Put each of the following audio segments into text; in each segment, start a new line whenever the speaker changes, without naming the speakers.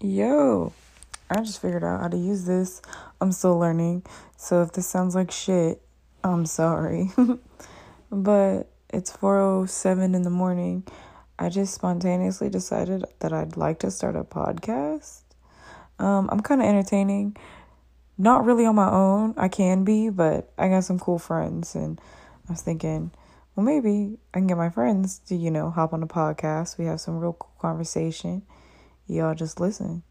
Yo, I just figured out how to use this. I'm still learning. So if this sounds like shit, I'm sorry. but it's 4:07 in the morning. I just spontaneously decided that I'd like to start a podcast. Um, I'm kind of entertaining. Not really on my own. I can be, but I got some cool friends and I was thinking, well maybe I can get my friends to, you know, hop on the podcast. We have some real cool conversation y'all just listen.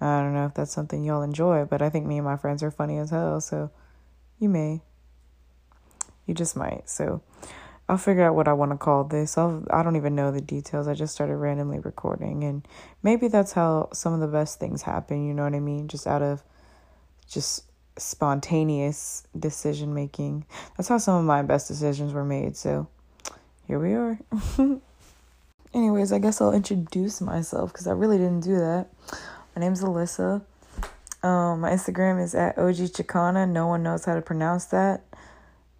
I don't know if that's something y'all enjoy, but I think me and my friends are funny as hell, so you may. You just might. So I'll figure out what I want to call this. I'll, I don't even know the details. I just started randomly recording, and maybe that's how some of the best things happen, you know what I mean? Just out of just spontaneous decision making. That's how some of my best decisions were made, so here we are. anyways, I guess I'll introduce myself because I really didn't do that. My name's Alyssa. Um, my Instagram is at OG Chicana. No one knows how to pronounce that.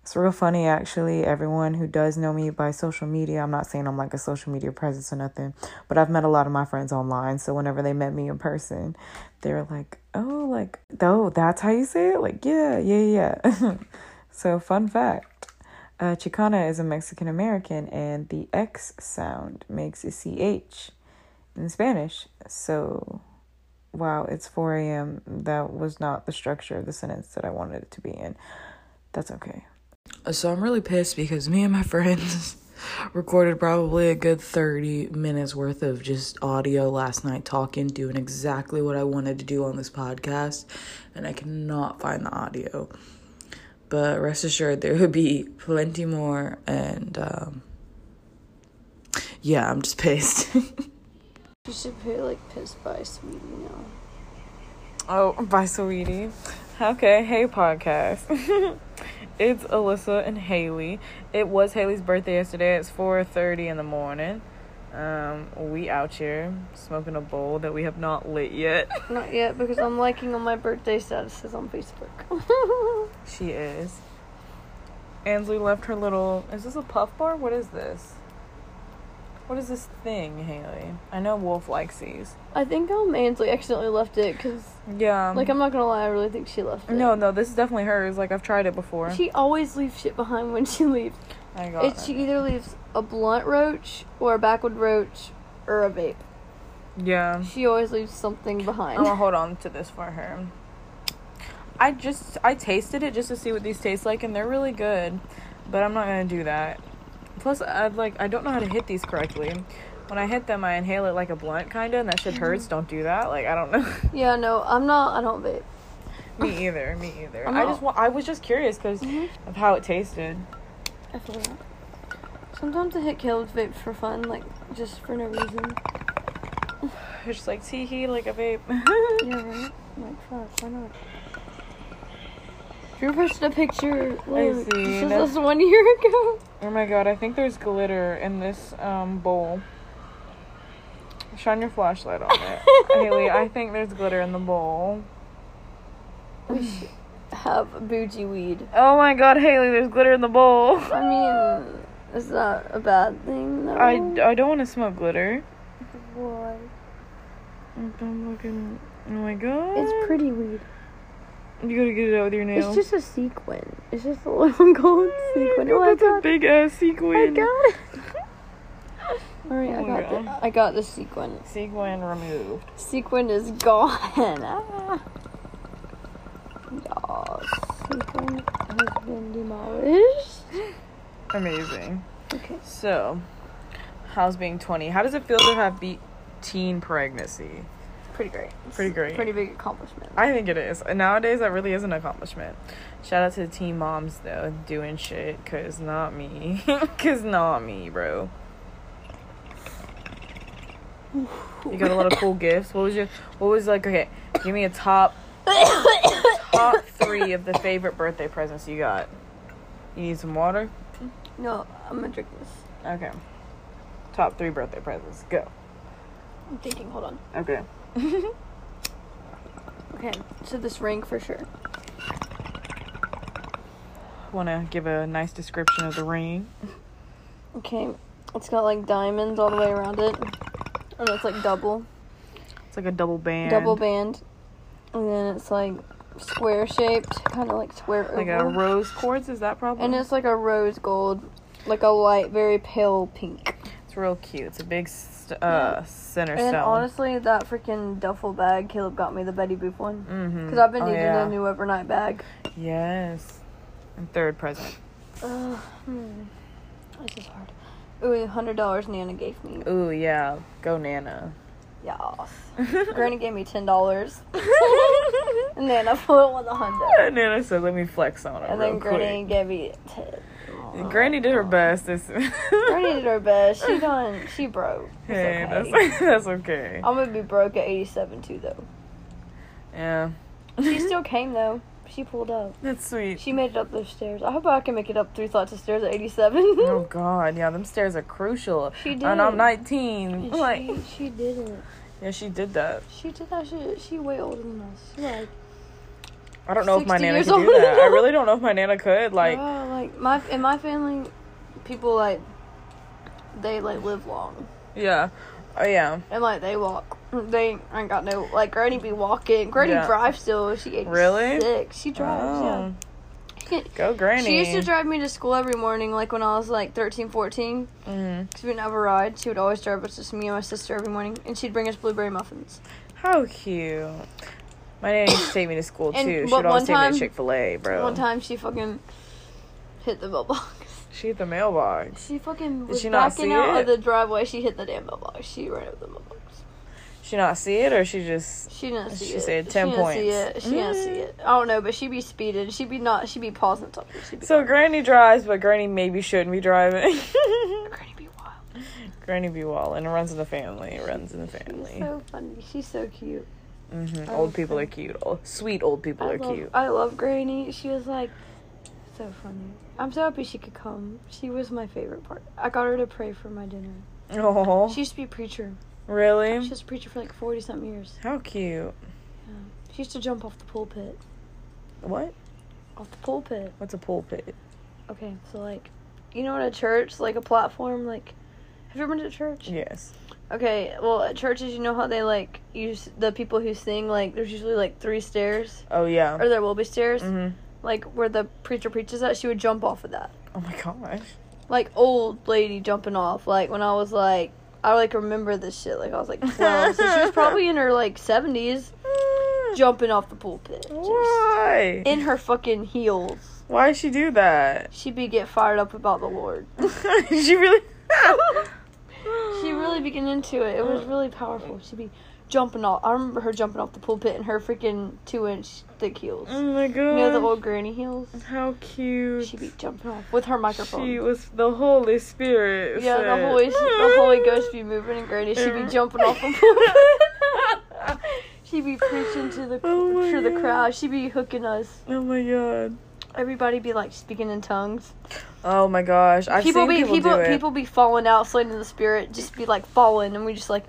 It's real funny, actually. Everyone who does know me by social media, I'm not saying I'm like a social media presence or nothing, but I've met a lot of my friends online. So whenever they met me in person, they were like, oh, like, oh, that's how you say it? Like, yeah, yeah, yeah. so, fun fact uh, Chicana is a Mexican American, and the X sound makes a CH in Spanish. So, wow, it's 4 a.m. That was not the structure of the sentence that I wanted it to be in. That's okay. So, I'm really pissed because me and my friends recorded probably a good 30 minutes worth of just audio last night talking, doing exactly what I wanted to do on this podcast, and I cannot find the audio but rest assured there will be plenty more and um, yeah i'm just pissed
You should put like piss by sweetie now.
oh bye sweetie okay hey podcast it's alyssa and haley it was haley's birthday yesterday it's 4.30 in the morning um, we out here smoking a bowl that we have not lit yet
Not yet because I'm liking all my birthday statuses on Facebook.
she is ansley left her little is this a puff bar what is this what is this thing haley i know wolf likes these
I think um Ainsley accidentally left it because
Yeah.
like I'm not gonna lie, I really think she left it.
No, no, this is definitely hers. Like I've tried it before.
She always leaves shit behind when she leaves.
I got
It, she either leaves a blunt roach or a backward roach or a vape.
Yeah.
She always leaves something behind.
I'm gonna hold on to this for her. I just I tasted it just to see what these taste like, and they're really good, but I'm not gonna do that. Plus, I'd like I don't know how to hit these correctly. When I hit them, I inhale it like a blunt, kinda, and that shit
Mm-hmm.
hurts. Don't do that. Like I don't know.
Yeah, no, I'm not. I don't vape.
me either. Me either.
I'm
I
not-
just want. I was just curious because
Mhm.
of how it tasted.
I feel that. Sometimes I hit Caleb's vape for fun, like just for no reason.
It's just like tee hee, like a vape.
Yeah, right? Like, fuck, why not? Drew posted a picture like,
see,
just
that's-
us one year ago.
Oh my god, I think there's glitter in this um, bowl. Shine your flashlight on it. Haley, I think there's glitter in the bowl.
Have bougie weed.
Oh my god, Haley, there's glitter in the bowl.
I mean, is that a bad thing? Though?
I, I don't want to smoke glitter.
Why?
I'm looking. Oh my god.
It's pretty weed.
You gotta get it out with your nail.
It's just a sequin. It's just a little gold sequin. Oh, I
That's a
got,
big ass
I
sequin.
got it. All right,
Oh
I
my
got the,
God.
I got the sequin.
Sequin removed.
Sequin is gone. Ah. Y'all, sequin has been demolished.
Amazing.
Okay.
So, how's being 20? How does it feel to have beat teen pregnancy?
Pretty great.
Pretty great.
Pretty big accomplishment.
I think it is. And nowadays, that really is an accomplishment. Shout out to the teen moms, though, doing shit, because not me. Because not me, bro. You got a lot of cool gifts. What was your, what was like, okay, give me a top, top three of the favorite birthday presents you got. You need some water?
No, I'm gonna drink this.
Okay. Top three birthday presents. Go.
I'm thinking. Hold on.
Okay.
Okay. So this ring for sure.
Want to give a nice description of the ring?
Okay. It's got like diamonds all the way around it, and it's like double.
It's like a double band.
double band, and then it's like square shaped, kind of like square
Like a
oval.
rose quartz, is that probably?
and it's like a rose gold, like a light, very pale pink.
It's real cute. It's a big st- uh, center
And
stone.
honestly, that freaking duffel bag Caleb got me the Betty Boop one
mm-hmm.
because I've been
oh,
needing
yeah.
a new overnight bag.
Yes. And third present.
Ugh, hmm. This is hard. Ooh, hundred dollars Nana gave me.
Ooh, yeah. Go Nana.
Yas. Granny gave me ten dollars. and then I put it on the Honda.
Nana said, "Let me flex on her."
And
real
then Granny gave me ten.
quick. Granny did her best. This.
Granny did her best. She done. She broke. It's
Hey,
okay. Oh.
that's that's okay.
I'm gonna be broke at 87 too though.
Yeah,
She still came though. She pulled up.
that's sweet.
She made it up those stairs. I hope I can make it up three flights of stairs at 87.
oh God, yeah, them stairs are crucial.
She
And I'm
did.
19.
And
Like,
she, she didn't.
yeah, she did that.
She did that. She, she way older than us. She like
I don't know if my
60
nana
years
could do
old.
that. I really don't know if my nana could. Like,
Bruh, like my in my family, people like they like live long
yeah, oh yeah,
and like they walk. They ain't got no like Granny be walking. Granny
Yeah.
drives still. She
Really?
six. She drives.
oh,
Yeah.
go Granny.
She used to drive me to school every morning, like when I was like 13, 14.
Mhm.
Because we didn't have a ride. She would always drive us, just me and my sister, every morning. And she'd bring us blueberry muffins.
How cute. My nana used to take me to school
And-
too. She
but
would always
one
take me
time-
to Chick Fil A, bro.
One time she fucking hit the mailbox.
She hit the mailbox.
She fucking was
she not
backing
see
out
it?
of the driveway. She hit the damn mailbox. She ran over the mailbox.
She not see it, or she just
She didn't see
She
it.
said 10
she Didn't see
points. Mm.
it. She didn't see it. I don't know, but she'd be speeding. She'd be not. She'd be pausing something. She'd be
So Granny drives, but Granny maybe shouldn't be driving.
Granny be wild.
Granny be wild, and it runs in the family. It runs in the
She's
family.
so funny. She's so cute.
hmm
I
Old
love
people are cute. Old, sweet old people
I
are
love,
cute.
I love Granny. She was like so funny. I'm so happy she could come. She was my favorite part. I got her to pray for my dinner.
Oh,
She used to be a preacher.
really?
She was a preacher for like forty something years.
How cute.
She used to jump off the pulpit.
What?
Off the pulpit.
What's a pulpit?
Okay, so like, you know, at a church, like a platform, like, have you ever been to church?
Yes.
Okay, well, at churches, you know how they like use the people who sing. Like, there's usually like three stairs,
Oh yeah.
or there will be stairs.
hmm
Like where the preacher preaches at, she would jump off of that.
Oh my gosh.
like old lady jumping off. Like when I was like, I like remember this shit. Like I was like twelve, so she was probably in her like seventies, jumping off the pulpit, just
Why?
in her fucking heels.
Why she do that?
She'd be get fired up about the Lord.
she really.
She really be getting into it. It was really powerful. She'd be jumping off. I remember her jumping off the pulpit in her freaking two inch thick heels.
Oh my god.
You know the old granny heels.
How cute.
She'd be jumping off with her microphone.
She was the Holy Spirit.
yeah, the
said.
Holy, the Holy Ghost be moving, and Granny she'd be jumping off the pulpit. She'd be preaching to the
Oh my
to the
God.
crowd. She'd be hooking us.
Oh my god.
Everybody be like speaking in tongues.
Oh my gosh. I've
people
seen
be
people,
people
do it.
people be falling out, slain in the spirit. Just be like falling, and we just like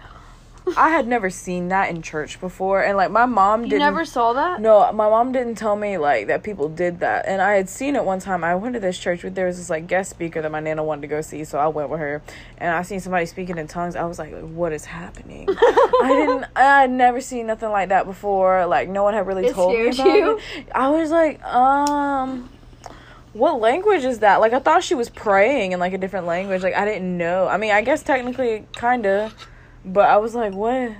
I had never seen that in church before, and like my mom
you
didn't.
never saw that.
No, my mom didn't tell me like that people did that, and I had seen it one time. I went to this church with there was this like guest speaker that my nana wanted to go see, so I went with her, and I seen somebody speaking in tongues. I was like, "What is happening?" I didn't. I had never seen nothing like that before. Like no one had really
It
told me
scared
about
you?
it. I was like, um. What language is that? Like I thought she was praying in like a different language. Like I didn't know. I mean, I guess technically, kinda, but I was like, "What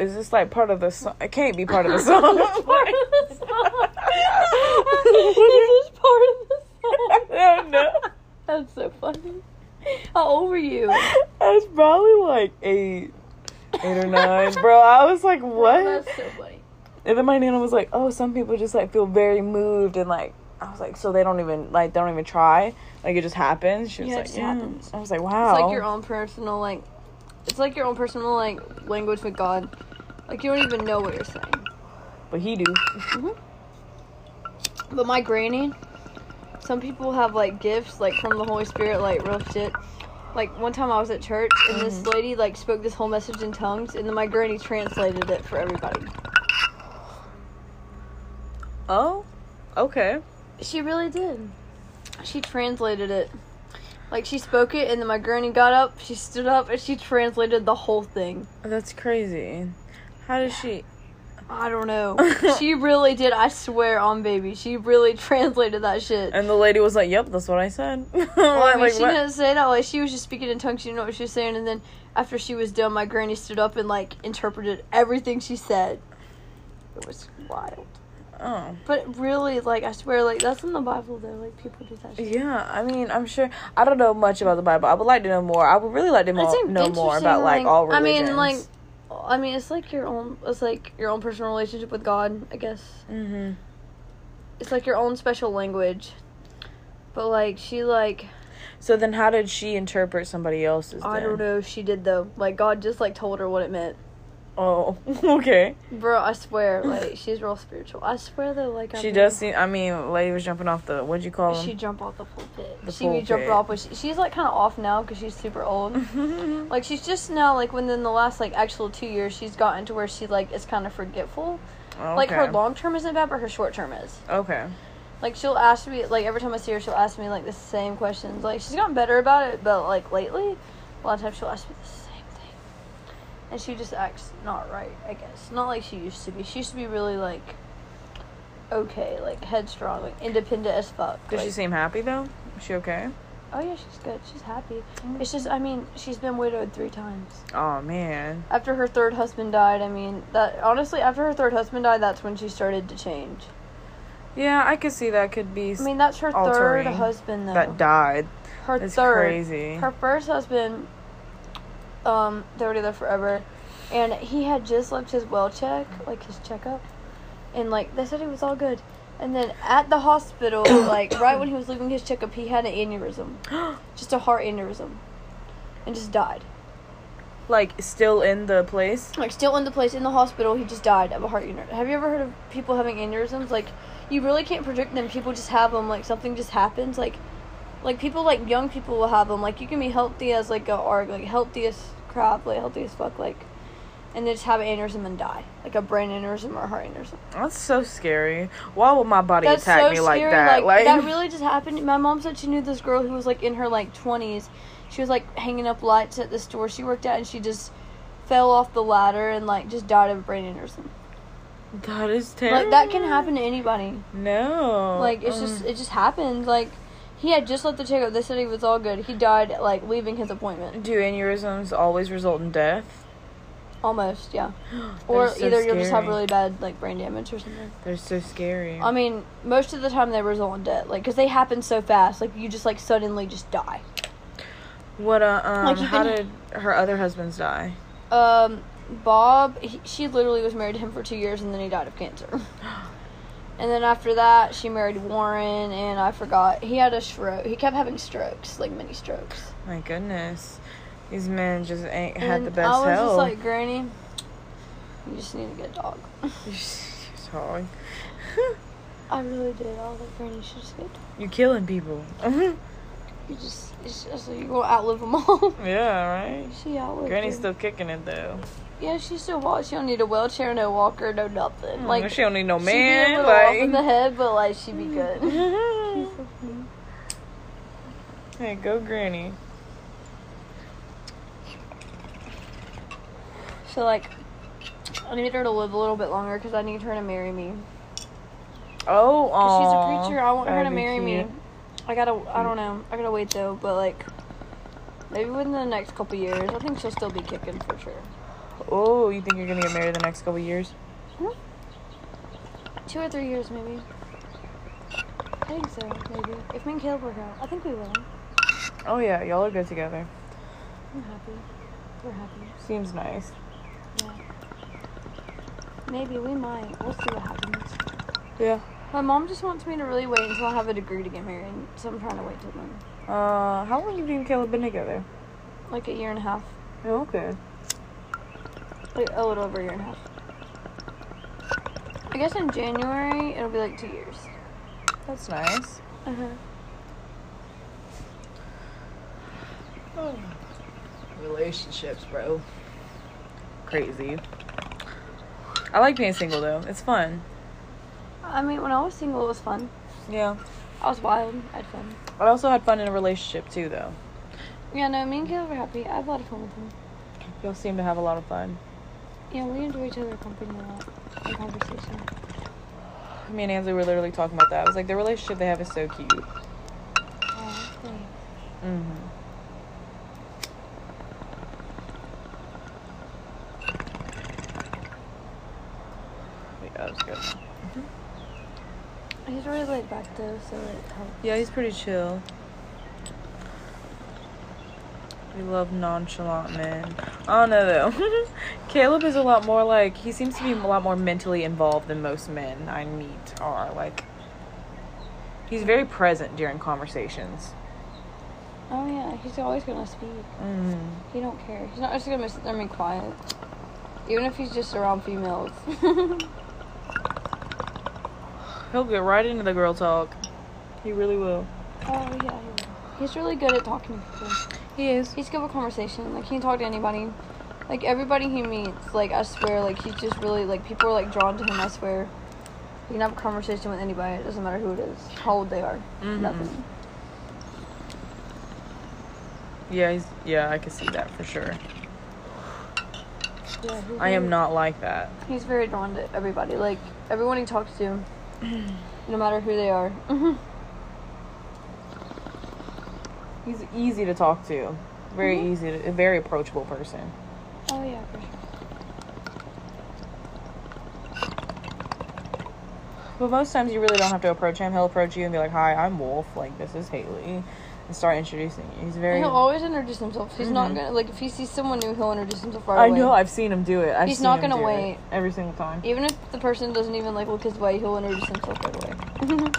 is this? Like part of the song? It can't be part of the song."
part of the song. This is part of the song.
I don't know.
That's so funny. How old were you?
I was probably like eight, eight or nine, bro. I was like, what?
That's so funny.
And then my nana was like, oh, some people just like feel very moved and like. I was like, so they don't even like they don't even try, like it just happens. She was
Yeah, it
like,
just
yeah.
happens.
I was like,
It's
wow.
like your own personal like it's like your own personal like language with God. Like you don't even know what you're saying.
but he do.
But my granny, some people have like gifts like from the Holy Spirit, like real shit. Like one time I was at church and this lady like spoke this whole message in tongues and then my granny translated it for everybody.
Oh, okay.
She really did. She translated it. Like she spoke it and then my granny got up, she stood up and she translated the whole thing.
That's crazy. How does she?
I don't know. she really did. I swear on baby. She really translated that shit.
And the lady was like, "Yep, that's what Oh, I said."
Well, I mean,
Like,
she
what?
didn't say that. Like, she was just speaking in tongues. She didn't know what she was saying. And then after she was done, my granny stood up and like interpreted everything she said. It was wild.
Oh.
But really, like I swear, like that's in the Bible though. Like people do that shit.
Yeah, I mean, I'm sure. I don't know much about the Bible. I would like to know more. I would really like to mo-
It's in-
know more
interesting,
about like all
I
religions.
mean, like, I mean, it's like your own. It's like your own personal relationship with God. I guess
hmm
it's like your own special language. But like she like
So then, how did she interpret somebody else's?
I
then?
don't know if she did though. Like God just like told her what it meant.
Oh, okay.
Bro, I swear, like she's real spiritual. I swear though, like I
She
mean,
does seem. I mean, lady was jumping off the. What'd you call
She
him?
jump off the pulpit.
The
she be jumping
pulpit.
off, but she, she's like kind of off now because she's super old. like she's just now, like within the last like actual two years, she's gotten to where she like is kind of forgetful. Like her
Okay.
long term isn't bad, but her short term is.
Okay.
Like she'll ask me, like every time I see her, she'll ask me like the same questions. Like she's gotten better about it, but like lately, a lot of times she'll ask me the same thing, and she just acts not right. I guess not like she used to be. She used to be really like okay, like headstrong, like independent as fuck.
Does she
like-
seem happy though? Is she okay?
Oh yeah, she's good. She's happy.
Mm.
It's just, I mean, she's been widowed three times.
Oh man.
After her third husband died, I mean, that honestly, after her third husband died, that's when she started to change.
Yeah, I could see that could be. s-
I mean, that's her
Altering.
third husband though.
that died.
her
That's
third.
crazy.
Her first husband, um, they were together forever, and he had just left his well check, like his checkup, and like they said it was all good. And then at the hospital, like right when he was leaving his checkup, he had an aneurysm, just a heart aneurysm, and just died.
like still in the place.
like still in the place in the hospital. He just died of a heart aneurysm. Have you ever heard of people having aneurysms? Like, you really can't predict them. People just have them. Like something just happens. Like, like people like young people will have them. Like you can be healthy as like a arg, like healthy as crap, like healthy as fuck, like, and they just have an aneurysm and die, like a brain aneurysm or a heart aneurysm.
That's so scary. Why would my body
That's
attack
so
me like
scary.
that?
Like, that really just happened. My mom said she knew this girl who was like in her like twenties. She was like hanging up lights at the store she worked at, and she just fell off the ladder and like just died of a brain aneurysm.
that is
Like
terrible.
that can happen to anybody.
No.
Like it's just
Um,
it just happens. Like he had just left the checkup. They said he was all good. He died like leaving his appointment.
Mm. do aneurysms always result in death?
Almost, yeah. Or
so
either you'll just have
scary.
really bad like brain damage or something.
They're so scary.
I mean, most of the time they result in death, like because they happen so fast. Like you just like suddenly just die.
what uh, um
like, you
how
can-
did her other husbands die?
Um, Bob, he, she literally was married to him for two years, and then he died of cancer. And then after that, she married Warren, and I forgot he had a stroke. He kept having strokes, like mini strokes.
My goodness. These men just ain't had
And
the best
I was
health.
just like, Granny, you just need to get a dog.
She's hog.
I really did. I was like, Granny, you should just get a dog.
You're killing people.
You just, it's just like, you're going to outlive them all.
yeah, right?
she outlived
Granny's
her.
still kicking it though.
Yeah, she still walks. She don't need a wheelchair, no walker, no nothing.
Like
like,
Mm, Hmm, she don't need no
she be a
man.
little off in the
Like Mm.
head, but, like, she be good.
Hey, go granny.
so, like, I need her to live a little bit longer because I need her to marry me.
Oh,
'Cause
aw,
she's a preacher. I want her to
that'd be
marry me.
cute.
I gotta. I don't know. I gotta wait though. But like, maybe within the next couple years, I think she'll still be kicking for sure.
Oh, you think you're gonna get married the next couple years?
Two or three years maybe. I think so. Maybe if me and Caleb work out, I think we will.
Oh yeah, y'all are good together.
I'm happy. We're happy.
Seems nice.
Maybe we might. We'll see what happens.
Yeah.
My mom just wants me to really wait until I have a degree to get married, so I'm trying to wait till then,
Uh, how long have you and Caleb been together?
like a year and a half,
Oh, okay.
like a little over a year and a half. I guess in January it'll be like two years.
That's nice.
Uh-huh.
Relationships, bro.
Crazy. I like being single though. It's fun.
I mean, when I was single, it was fun.
Yeah.
I was wild. I had fun.
I also had fun in a relationship too, though.
Yeah, no, me and Caleb were happy. I had a lot of fun with him.
Y'all seem to have a lot of fun.
Yeah, we enjoy each other company a lot in conversation.
Me and Ansley were literally talking about that. I was like, the relationship they have is so cute.
Oh, okay.
Mm-hmm.
Yeah, that was good.
He's really laid back though, so it helps.
Yeah, he's pretty chill. We love nonchalant men. I don't know though. Caleb is a lot more like he seems to be a lot more mentally involved than most men I meet are. Like he's very present during conversations.
Oh yeah, he's always gonna speak.
Mm.
He don't care. He's not just gonna sit there and be quiet. Even if he's just around females. Oh,
He'll get right into the girl talk. He really will.
Oh yeah, he will. he's really good at talking to people.
He is.
He's good with conversation. Like he can talk to anybody. Like everybody he meets, like I swear, like he's just really like people are like drawn to him. I swear, you can have a conversation with anybody. It doesn't matter who it is, how old they are,
Mhm.
nothing.
Yeah, he's yeah, I can see that for sure.
Yeah,
I am not like that.
He's very drawn to everybody. Like everyone he talks to, no matter who they are.
Oh, He's easy to talk to. Very
Mhm.
easy to, a very approachable person.
Oh yeah, for sure.
But most times you really don't have to approach him. He'll approach you and be like, "Hi, I'm Wolf. Like this is Haley," and start introducing you. He's very.
He'll always introduce himself. He's not
Mhm.
gonna like if he sees someone new, he'll introduce himself right
I
away.
know. I've seen him do it. I've
He's
seen
not
him
gonna
do it
wait.
every single time.
Even if the person doesn't even like look his way, he'll introduce himself right
Mm-hmm.
away.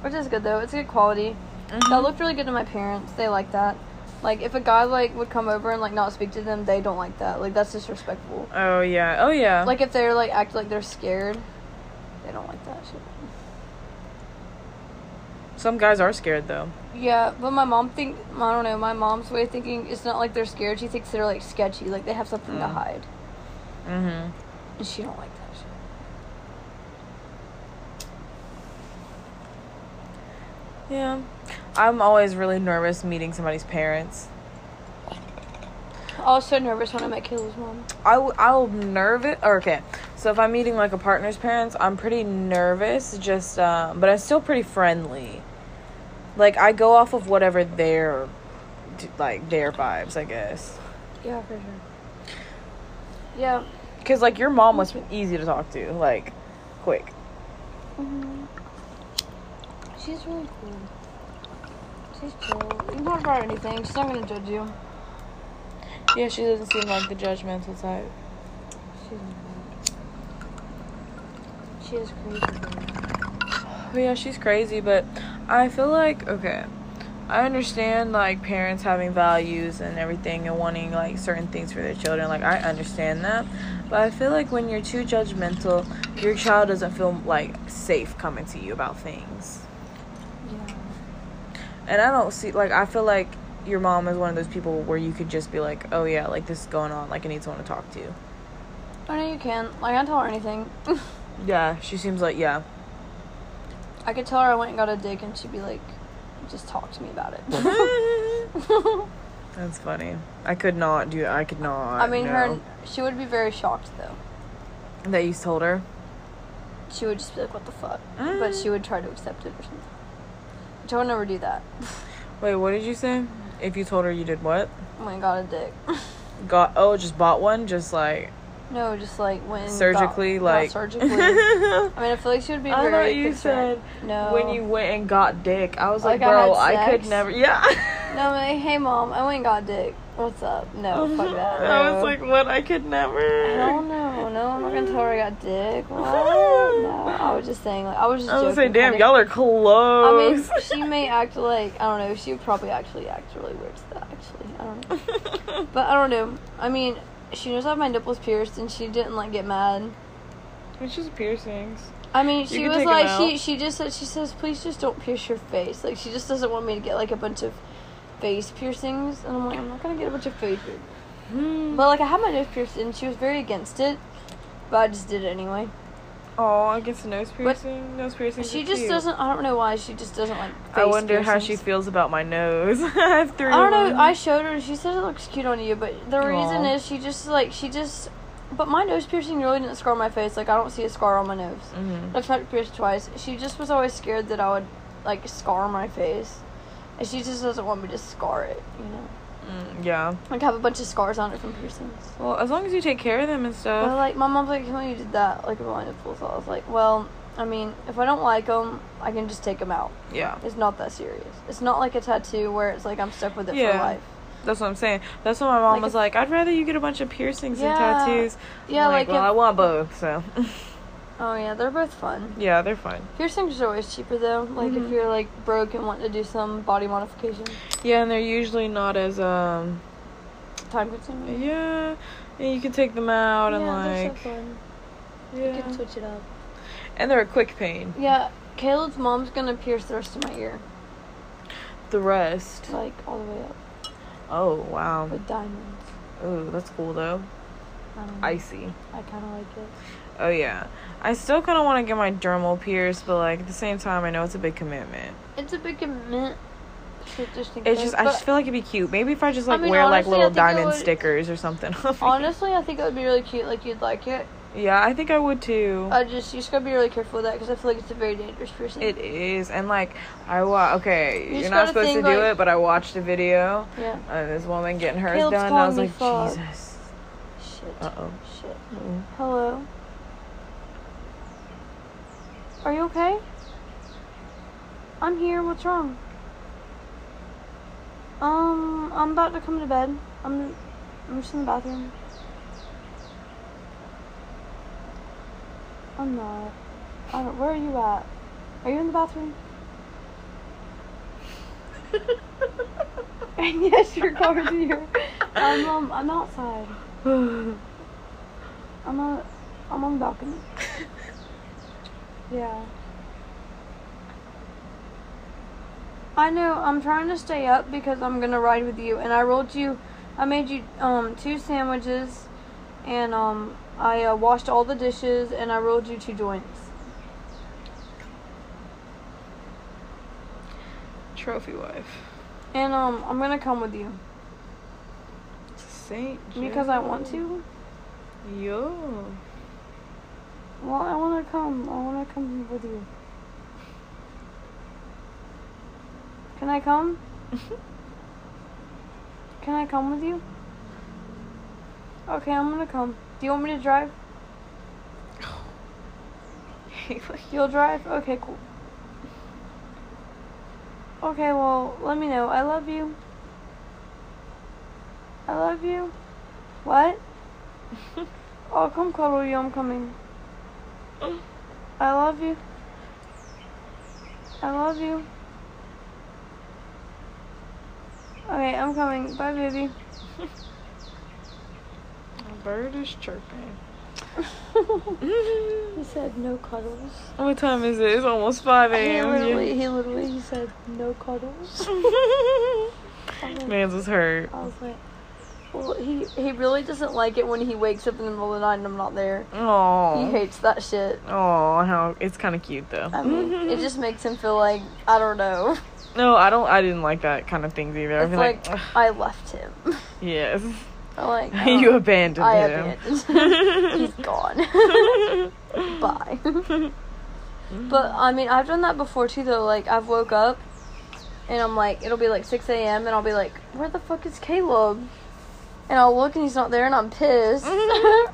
Which is good though. It's good quality.
Mm-hmm.
That looked really good to my parents. They like that. Like if a guy like would come over and like not speak to them, they don't like that. Like that's disrespectful.
Oh yeah. Oh yeah.
Like if they're like act like they're scared, they don't like that shit.
some guys are scared though.
Yeah, but my mom think I don't know. My mom's way of thinking it's not like they're scared. She thinks they're like sketchy. Like they have something to
Mm.
hide,
Mm-hmm.
and she don't like that shit.
Yeah. I'm always really nervous meeting somebody's parents.
I was so nervous when I met Kayla's mom.
I w- I'll nervous. Okay, so if I'm meeting like a partner's parents, I'm pretty nervous. Just, um, but I'm still pretty friendly. Like I go off of whatever their, d- like their vibes, I guess.
Yeah, for sure. Yeah.
Cause like your mom was easy to talk to, like, quick.
hmm She's really cool. She's chill. You can talk about anything. She's not gonna judge you.
Yeah, she doesn't seem like the judgmental type.
She's not. She is crazy. though.
But Oh, yeah, she's crazy, but I feel like okay. I understand like parents having values and everything and wanting like certain things for their children. Like I understand that. But I feel like when you're too judgmental, your child doesn't feel like safe coming to you about things.
Yeah.
And I don't see like I feel like your mom is one of those people where you could just be like, "Oh yeah, like this is going on. Like I need someone to talk to."
I know you can. Like I can tell her anything.
Yeah, she seems like yeah.
I could tell her I went and got a dick, and she'd be like, "Just talk to me about it."
That's funny. I could not do I could not.
I mean, her.
no.
She would be very shocked though.
that you told her.
She would just be like, "What the fuck?" But she would try to accept it or something. Which I would never do that.
Wait, what did you say? If you told her you did what?
Went and got Oh a dick.
Got oh, just bought one, just like
no, just like when
surgically, like
surgically. I mean, I feel like she would be
I
very
thought you
concerned.
said
no.
when you went and got dick. I was like,
Like I had
bro, I, could
sex?
never. Yeah.
No, I'm like, hey mom, I went and got dick. What's up? No, fuck that.
I was
no.
like, what? I could never.
No, no, no, I'm not gonna tell her I got dick. What? No, I was just saying, like, I was just
I was
joking.
like, damn,
kinda.
y'all are
I mean,
close.
she may act like, I don't know, she would probably actually act really weird to that, actually. I don't know. But I don't know. I mean, she knows I have my nipples pierced and she didn't, like, get mad.
it's just piercings.
I mean,
You
she
can
was
take 'em
like, she
out.
she just said, she says, please just don't pierce your face. Like, she just doesn't want me to get like a bunch of face piercings, and I'm like, I'm not gonna get a bunch of face. pier- Hmm. But like, I had my nose pierced, and she was very against it, but I just did it anyway.
Oh, I guess nose
But-
piercing. nose piercing.
She just doesn't. I don't know why she just doesn't like. Face
I wonder how she
piercings.
feels about my nose. I have three.
I don't
of
know.
'em.
I showed her, and she said it looks cute on you, but the reason
Aw.
is she just like she just. But my nose piercing really didn't scar my face. Like I don't see a scar on my nose.
Mhm.
I've tried to pierce twice. She just was always scared that I would like scar my face, and she just doesn't want me to scar it. You know,
Mm, yeah.
like I have a bunch of scars on it from piercings.
Well, as long as you take care of them and stuff.
But like my mom's like, when you did that, like about my nipples, I was like, well, I mean, if I don't like them, I can just take them out.
yeah.
It's not that serious. It's not like a tattoo where it's like I'm stuck with it for
Yeah.
life.
That's what I'm saying. That's what my mom
Like
was
if-
like. I'd rather you get a bunch of piercings
Yeah.
and tattoos.
Yeah,
I'm
like,
well, I
if,
want both. So
oh yeah, they're both fun.
yeah, they're fine.
Piercings are always cheaper though. Like
Mhm.
if you're like broke and want to do some body modification,
Yeah, and they're usually not as um.
time consuming.
Yeah, and you can take them out and
yeah, they're
like
so fun. You
yeah,
can switch it up.
and they're a quick pain.
Yeah, Caleb's mom's gonna pierce the rest of my ear,
The rest.
like all the way up
Oh wow.
with diamonds.
Oh, that's cool though.
I don't know.
Icy.
I kind of like it.
Oh yeah. I still kind of want to get my dermal pierced, but like at the same time, I know it's a big commitment.
It's a big commitment. It's just,
It's just I just feel like it'd be cute. Maybe if I just like
mean,
wear
honestly, I
like little
think I
diamond
would-
stickers or something.
honestly, I think it would be really cute. Like you'd like it.
yeah, I think I would too.
I just you just gotta be really careful with that because I feel like it's a very dangerous piercing.
It is, and like I wa okay,
just
you're not
gotta
supposed
think,
to do
like-
it, but I watched a video
Yeah.
of this woman getting hers
Caleb's
done. And I
calling
was
me
like,
Fog.
Jesus.
Shit.
Uh oh.
Shit. Hello. Are you okay? I'm here. What's wrong? Um, I'm about to come to bed. I'm, I'm just in the bathroom. I'm not. I don't. Where are you at? Are you in the bathroom? And yes, your car's here. I'm um, I'm outside. I'm on, I'm on the balcony. yeah. I know. I'm trying to stay up because I'm gonna ride with you, and I rolled you. I made you um two sandwiches, and um I uh, washed all the dishes, and I rolled you two joints.
Trophy wife.
And um I'm gonna come with you
Saint.
because I want to.
Jeff. Yo.
Well, I wanna come. I wanna come with you. Can I come? Can I come with you? Okay, I'm gonna come. Do you want me to drive? You'll drive? Okay, cool. Okay, well, let me know. I love you. I love you. What? oh, come cuddle you. I'm coming. I love you. I love you. Okay, I'm coming. Bye, baby.
A bird is chirping.
he said no cuddles.
What time is it? It's almost 5
He literally,
a.m.
he literally, he said no cuddles. I was like-
Man's was hurt.
I was like, well, he he really doesn't like it when he wakes up in the middle of the night and I'm not there. He
Oh.
hates that shit.
Oh, how it's kind of cute though.
I mean, it just makes him feel like I don't know.
no, I don't. I didn't like that kind of things either. I'd
It's
be
like
like,
I left him.
yes,
I'm like
you
oh,
abandoned
I
him.
abandoned him. He's gone. Bye. but I mean, I've done that before too. Though, like I've woke up and I'm like, it'll be like 6 a.m. and I'll be like, where the fuck is Caleb? And I'll look and he's not there and I'm pissed.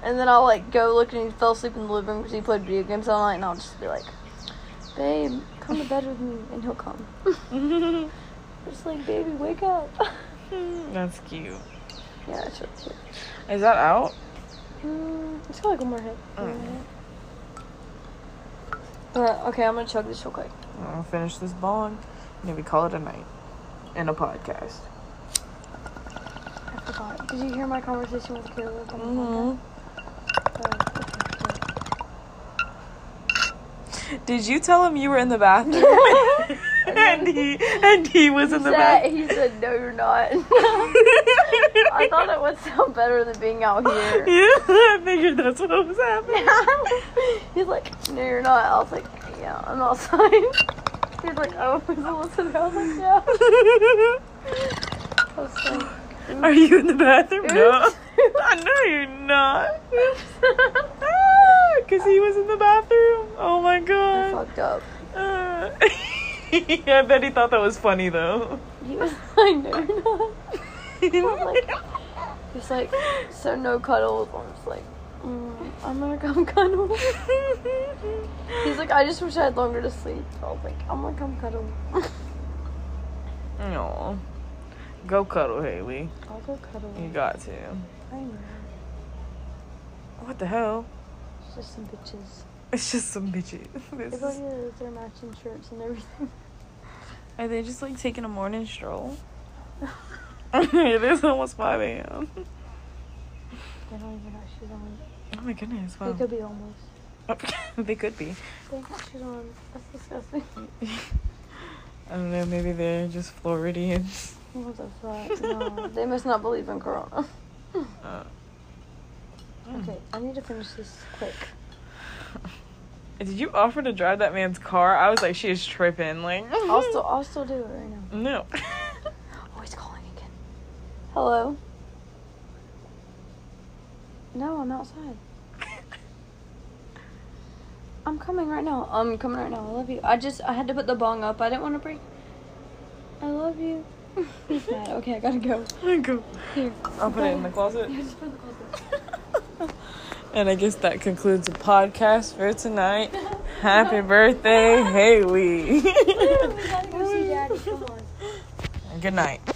and then I'll like go look and he fell asleep in the living room because he played video games all night. And I'll just be like, babe, come to bed with me, and he'll come. Just like, baby, wake up.
That's cute.
yeah, it's really cute.
Is that out?
Mm, it's got like one more hit. But okay, I'm gonna chug this real quick.
I'll finish this bong. Maybe call it a night and a podcast.
I forgot. Did you hear my conversation with Caleb? on the uh, podcast?
Did you tell him you were in the bathroom? and he and he was in
Oh,
the
okay.
bathroom.
He said, he said, no, you're not. I thought it would sound better than being out here.
I figured that's what was happening.
He's like, no, you're not. I was like, yeah, I'm outside. He's like, oh, is it listening? I was like, yeah. I was like,
Are you in the bathroom? No.
Oops.
I know you're not. Because he was in the bathroom. Oh my
I
god.
fucked up.
Uh, I bet he thought that was funny though.
He was like, no, you're not. He's like, so no cuddles. I'm just like, mm, I'm gonna come cuddle. He's like, I just wish I had longer to sleep. I was like, I'm gonna come cuddle.
No. Go cuddle, Haley.
I'll go cuddle.
You got to.
I know.
What the hell?
It's just some bitches.
It's just some bitches. This
They
is-
go to their matching shirts and everything.
Are they just like taking a morning stroll? it is almost 5 a.m.
They don't even know she's on.
Oh my goodness.
They
Wow.
could be almost.
they could be.
They think she's on. That's disgusting.
I don't know. Maybe they're just Floridians.
What the fuck? No, they must not believe in Corona.
Uh,
Okay, I need to finish this quick.
Did you offer to drive that man's car? I was like, she is tripping. Like,
I'll still, I'll still do it right now.
no.
Oh, he's calling again. Hello. No, I'm outside. I'm coming right now. I'm coming right now. I love you. I just I had to put the bong up. I didn't want to break. I love you. He's mad. Okay, I gotta go.
Go.
Here.
I'll put it in the closet.
Yeah, just put it in the closet.
And I guess that concludes the podcast for tonight. Happy birthday, Haley.
We gotta go see Daddy. Come on.
Good night.